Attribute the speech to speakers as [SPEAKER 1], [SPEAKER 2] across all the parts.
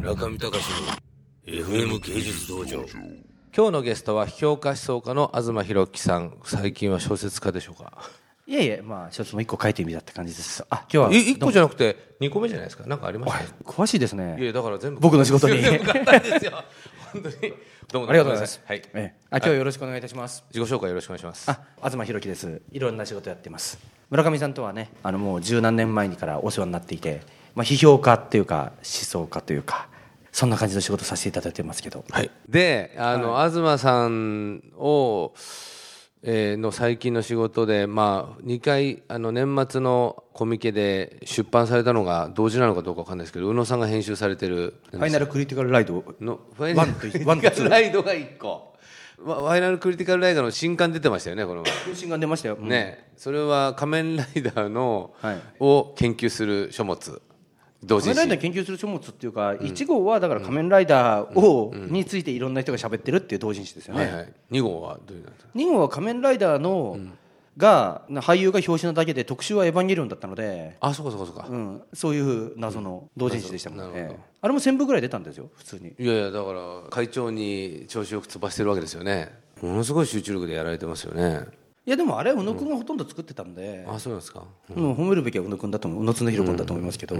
[SPEAKER 1] 中見隆の FM 芸術道場
[SPEAKER 2] 今日のゲストは批評家思想家の東博樹さん最近は小説家でしょうか
[SPEAKER 3] いやいや、まあ、小説も一個書いてみたって感じです。あ、今日は。
[SPEAKER 2] 1個
[SPEAKER 3] ゃ。
[SPEAKER 2] じゃなくて2個目じゃないですか何かありました
[SPEAKER 3] 詳しいです
[SPEAKER 2] いや
[SPEAKER 3] ね。
[SPEAKER 2] だから全部
[SPEAKER 3] 僕の仕事 に
[SPEAKER 2] 全部簡単ですよ本当にどうも
[SPEAKER 3] ありがとうございます。
[SPEAKER 2] ごめんなさいは
[SPEAKER 3] え
[SPEAKER 2] い
[SPEAKER 3] えあ、今日よろしくお願いいたします。
[SPEAKER 2] 自己紹介よろしくお願いします
[SPEAKER 3] あ、東博樹です。いろんな仕事やってます。村上さんとはね、あの、もう十何年前にからお世話になっていて。まあ、批評家っていうか、思想家というか。そんな感じの仕事させていただいてますけど。
[SPEAKER 2] はい、であの、東さんを、えーの最近の仕事で、まあ、2回あの年末のコミケで出版されたのが同時なのかどうかわかんないですけど宇野さんが編集されてる
[SPEAKER 3] ファイナルクリティカルライド。
[SPEAKER 2] のファイ
[SPEAKER 3] ワ
[SPEAKER 2] ナ
[SPEAKER 3] ン
[SPEAKER 2] ル
[SPEAKER 3] と
[SPEAKER 2] ク
[SPEAKER 3] い
[SPEAKER 2] リテ
[SPEAKER 3] ワンと
[SPEAKER 2] ィカルライドが1個わファイナルクリティカルライドの新刊出てましたよねこの前
[SPEAKER 3] 新が出ましたよ。うん。
[SPEAKER 2] ねそれは仮面ライダーの、
[SPEAKER 3] はい
[SPEAKER 2] を研究する書物同
[SPEAKER 3] 仮
[SPEAKER 2] 時
[SPEAKER 3] 面ライダ
[SPEAKER 2] 誌
[SPEAKER 3] ー研究する書物っていうか、一号はだから仮面ライダーを、についていろんな人が喋ってるっていう同人誌ですよね。
[SPEAKER 2] はいはい、2号はどういうの
[SPEAKER 3] 2号は仮面ライダーの、が俳優が表紙なだけで特集は「エヴァンゲリオン」だったので、
[SPEAKER 2] あそうかそうかそうか、
[SPEAKER 3] うん、そういう謎の同人誌でしたもん
[SPEAKER 2] なるほ
[SPEAKER 3] ね、あれも1000部ぐらい出たんですよ普通に
[SPEAKER 2] いやいやだから会長に調子よく飛ばしてるわけですよねものすごい集中力でやられてますよね
[SPEAKER 3] いやでもあれは宇野君がほとんど作ってたんで、
[SPEAKER 2] あそうなんですか
[SPEAKER 3] うん褒めるべきは宇野君だと思う宇野恒弘君だと思いますけど、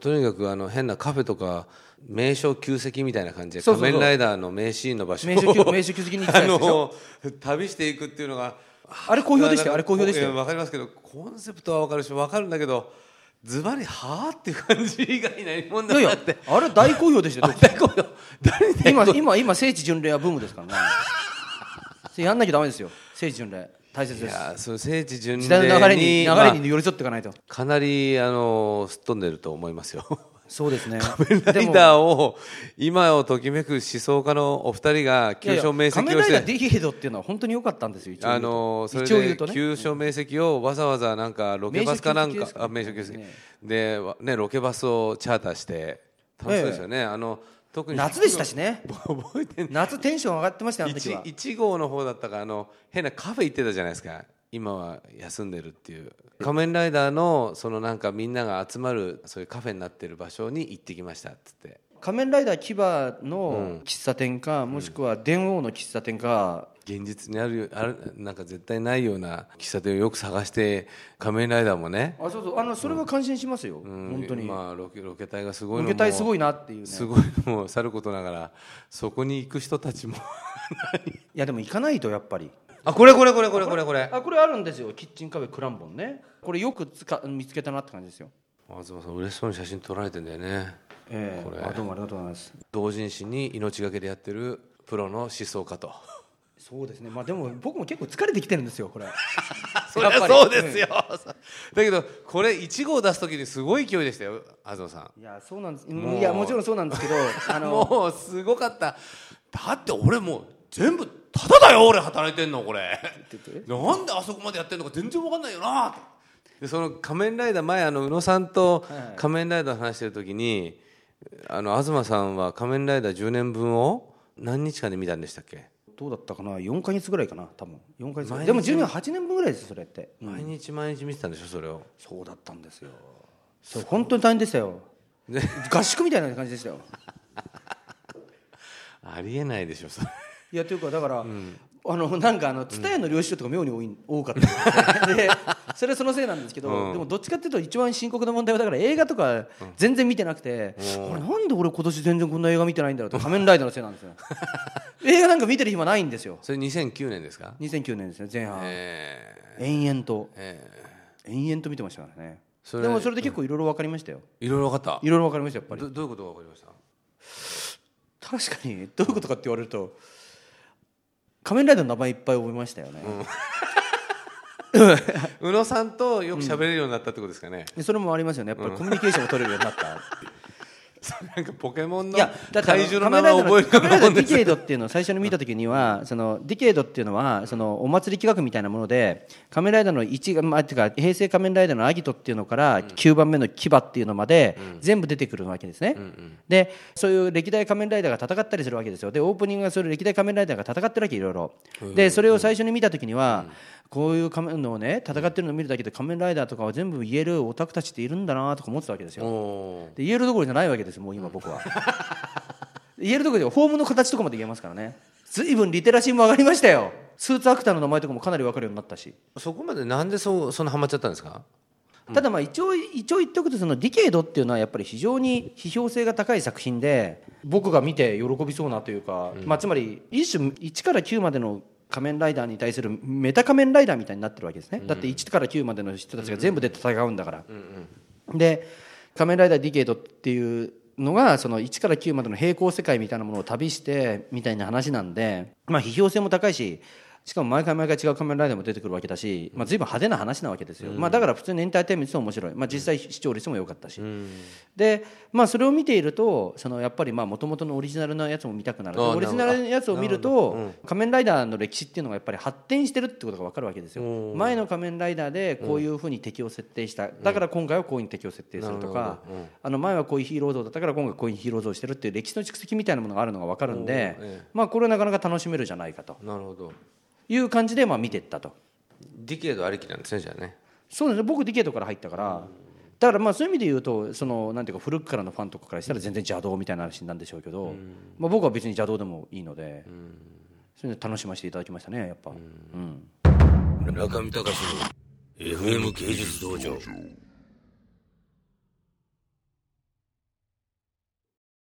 [SPEAKER 2] とにかくあの変なカフェとか名所旧跡みたいな感じで
[SPEAKER 3] そうそうそ
[SPEAKER 2] 仮
[SPEAKER 3] う
[SPEAKER 2] 面ライダーの名シーンの場所を
[SPEAKER 3] 名所 旧名所旧跡に行きたいですでし ょ
[SPEAKER 2] あの旅していくっていうのが
[SPEAKER 3] あれ好評でしたよあれ好評でしたよ
[SPEAKER 2] いやわかりますけどコンセプトはわかるしわかるんだけどズバリはあっていう感じ以外ないもん
[SPEAKER 3] いや
[SPEAKER 2] だ
[SPEAKER 3] い
[SPEAKER 2] な
[SPEAKER 3] や
[SPEAKER 2] って
[SPEAKER 3] あれ大好評でしたよ
[SPEAKER 2] 大好評誰に
[SPEAKER 3] 今今今聖地巡礼はブームです からねそれやんなきゃダメですよ聖地巡礼大切
[SPEAKER 2] い
[SPEAKER 3] です
[SPEAKER 2] やその聖地巡礼に
[SPEAKER 3] 時代の流れに
[SPEAKER 2] まあ
[SPEAKER 3] 流れに寄り添っていかないと、
[SPEAKER 2] かなりあのすっ飛んでると思いますよ。
[SPEAKER 3] そうですね
[SPEAKER 2] 仮面ライダーを今をときめく思想家のお二人が
[SPEAKER 3] いやい
[SPEAKER 2] 急
[SPEAKER 3] や
[SPEAKER 2] 所明
[SPEAKER 3] 仮
[SPEAKER 2] 晰
[SPEAKER 3] 面
[SPEAKER 2] を
[SPEAKER 3] ラ
[SPEAKER 2] し
[SPEAKER 3] イダー
[SPEAKER 2] て。
[SPEAKER 3] ディヘドっていうのは本当に良かったんですよ一応言うと
[SPEAKER 2] あのそれ
[SPEAKER 3] 一応言
[SPEAKER 2] で
[SPEAKER 3] うとね
[SPEAKER 2] 急所明晰をわざわざなんかロケバスかなん
[SPEAKER 3] 名
[SPEAKER 2] か
[SPEAKER 3] 所旧跡ですか
[SPEAKER 2] あ名所旧跡でわねロケバスをチャーターして楽しそうですよねあの特に
[SPEAKER 3] 夏でしたしね
[SPEAKER 2] 覚えてん
[SPEAKER 3] 夏テンション上がってましたよあの時は
[SPEAKER 2] 1号の方だったかあの変なカフェ行ってたじゃないですか今は休んでるっていう仮面ライダーのそのなんかみんなが集まるそういうカフェになってる場所に行ってきましたっつって
[SPEAKER 3] 仮面ライダー牙の喫茶店か、もしくは電王の喫茶店か、
[SPEAKER 2] 現実にあるよあるなんか絶対ないような喫茶店をよく探して仮面ライダーもね
[SPEAKER 3] あそうそうあのそれは感心しますよ、
[SPEAKER 2] うん
[SPEAKER 3] 本当に、
[SPEAKER 2] まあロケロケ隊がすごいの
[SPEAKER 3] ロ
[SPEAKER 2] も
[SPEAKER 3] ケ隊すごいなっていうね
[SPEAKER 2] すごいのもさることながらそこに行く人たちも
[SPEAKER 3] いやでも行かないとやっぱり
[SPEAKER 2] あこれこれこれこれこれこれ
[SPEAKER 3] あこれあるんですよキッチンカフェクランボンねこれよくつか見つけたなって感じですよ
[SPEAKER 2] 東さん嬉しそうに写真撮られてんだよね
[SPEAKER 3] ええ
[SPEAKER 2] これ
[SPEAKER 3] あどうもありがとうございます
[SPEAKER 2] 同人誌に命がけでやってるプロの思想家と
[SPEAKER 3] そうですねまあでも僕も結構疲れてきてるんで すよこれ
[SPEAKER 2] そりゃそうですよ、だけどこれ1号出す時にすごい勢いでしたよ東さん
[SPEAKER 3] いやそうなんです
[SPEAKER 2] もう
[SPEAKER 3] いやもちろんそうなん ですけどあの
[SPEAKER 2] もうすごかっただって俺もう全部ただだよ俺働いてんのこれなんであそこまでやってんのか全然わかんないよなってでその仮面ライダー前あの宇野さんと
[SPEAKER 3] はい
[SPEAKER 2] 仮面ライダーの話してる時にあの東さんは仮面ライダー10年分を何日間で見たんでしたっけ
[SPEAKER 3] どうだったかな4か月ぐらいかな多分4ヶ月ぐら
[SPEAKER 2] 毎
[SPEAKER 3] い
[SPEAKER 2] 日
[SPEAKER 3] でも10年8年分ぐらいですそれって、
[SPEAKER 2] 毎日毎日見てたんでしょそれを
[SPEAKER 3] そうだったんですよそう本当に大変でしたよ
[SPEAKER 2] ね
[SPEAKER 3] 合宿みたいな感じでしたよ
[SPEAKER 2] ありえないでしょそれ
[SPEAKER 3] いやというかだから、あのなんかあの蔦屋の領収書とか妙に多い、多か ったんですよでそれはそのせいなんですけど、でもどっちかっていうと一番深刻な問題はだから映画とか全然見てなくて、あれなんで俺今年全然こんな映画見てないんだろうと仮面ライダーのせいなんですよ 映画なんか見てる暇ないんですよ
[SPEAKER 2] それ2009年ですか
[SPEAKER 3] 2009年ですね前半、
[SPEAKER 2] え
[SPEAKER 3] 延々と
[SPEAKER 2] ー、え
[SPEAKER 3] 延々と見てましたからね
[SPEAKER 2] それ
[SPEAKER 3] でもそれで結構いろいろ分かりましたよ
[SPEAKER 2] ーいろいろ分かっ
[SPEAKER 3] いろいろ分かりましたやったぱり
[SPEAKER 2] どどういうことが分かりました
[SPEAKER 3] 確かにどういうことかって言われると仮面ライダーの名前いっぱい覚えましたよね、
[SPEAKER 2] 宇野さんとよく喋れるようになったってことですかね、
[SPEAKER 3] でそれもありますよねやっぱりコミュニケーションも取れるようになった、
[SPEAKER 2] なんかポケモン
[SPEAKER 3] い
[SPEAKER 2] の
[SPEAKER 3] やだってあの
[SPEAKER 2] 怪獣の名前を覚えるか
[SPEAKER 3] 仮
[SPEAKER 2] と
[SPEAKER 3] 面ライダ
[SPEAKER 2] 思う
[SPEAKER 3] ー
[SPEAKER 2] ん
[SPEAKER 3] の
[SPEAKER 2] で
[SPEAKER 3] ディ
[SPEAKER 2] す
[SPEAKER 3] ケイドっていうのを最初に見た時にはそのディケイドっていうのはそのお祭り企画みたいなもので仮面ライダーの1が、まあ、てか平成仮面ライダーのアギトっていうのから9番目の牙っていうのまで全部出てくるわけですね、でそういう歴代仮面ライダーが戦ったりするわけですよでオープニングがそれ歴代仮面ライダーが戦ってるわけいろいろでそれを最初に見た時にはこういう仮面のをね戦ってるのを見るだけで仮面ライダーとかは全部言えるオタクたちっているんだなとか思ってたわけです よ
[SPEAKER 2] お
[SPEAKER 3] で言えるどころじゃないわけですよもう今僕は言えるどころじゃホームの形とかまで言えますからね随分リテラシーも上がりましたよスーツアクターの名前とかもかなり分かるようになったし
[SPEAKER 2] ーそこまでなんでそうそんなハマっちゃったんですか
[SPEAKER 3] ただまあ一応一応言っておくとそのディケイドっていうのはやっぱり非常に批評性が高い作品で僕が見て喜びそうなというか、まあつまり一種1から9までの仮面ライダーに対するメタ仮面ライダーみたいになってるわけですね、だって1から9までの人たちが全部で戦うんだから、で「仮面ライダーディケイド」っていうのがその1から9までの平行世界みたいなものを旅してみたいな話なんで、まあ、批評性も高いししかも毎回毎回違う仮面ライダーも出てくるわけだし、まあ、随分派手な話なわけですよ、まあ、だから普通にエンターテインメントとしても面白い、まあ、実際視聴率も良かったし、で、まあ、それを見ているとそのやっぱりもともとのオリジナルのやつも見たくなる
[SPEAKER 2] ああ
[SPEAKER 3] オリジナルのやつを見ると仮面ライダーの歴史っていうのがやっぱり発展してるってことが分かるわけですよ前の仮面ライダーでこういうふうに敵を設定しただから今回はこういう敵を設定するとかあの前はこういうヒーロー像だったから今回こういうヒーロー像をしてるっていう歴史の蓄積みたいなものがあるのが分かるんで
[SPEAKER 2] おーえ
[SPEAKER 3] まあこれはなかなか楽しめるじゃないかと
[SPEAKER 2] なるほど
[SPEAKER 3] いう感じでまあ見ていったと
[SPEAKER 2] ディケードありきなんですねじゃあね
[SPEAKER 3] そうですね僕ディケートから入ったからだからまあそういう意味で言うとそのなんていうか古くからのファンとかからしたら全然邪道みたいな話なんでしょうけどまあ僕は別に邪道でもいいのでそれで楽しませていただきましたねやっぱうん。
[SPEAKER 1] 村上隆の FM 芸術道場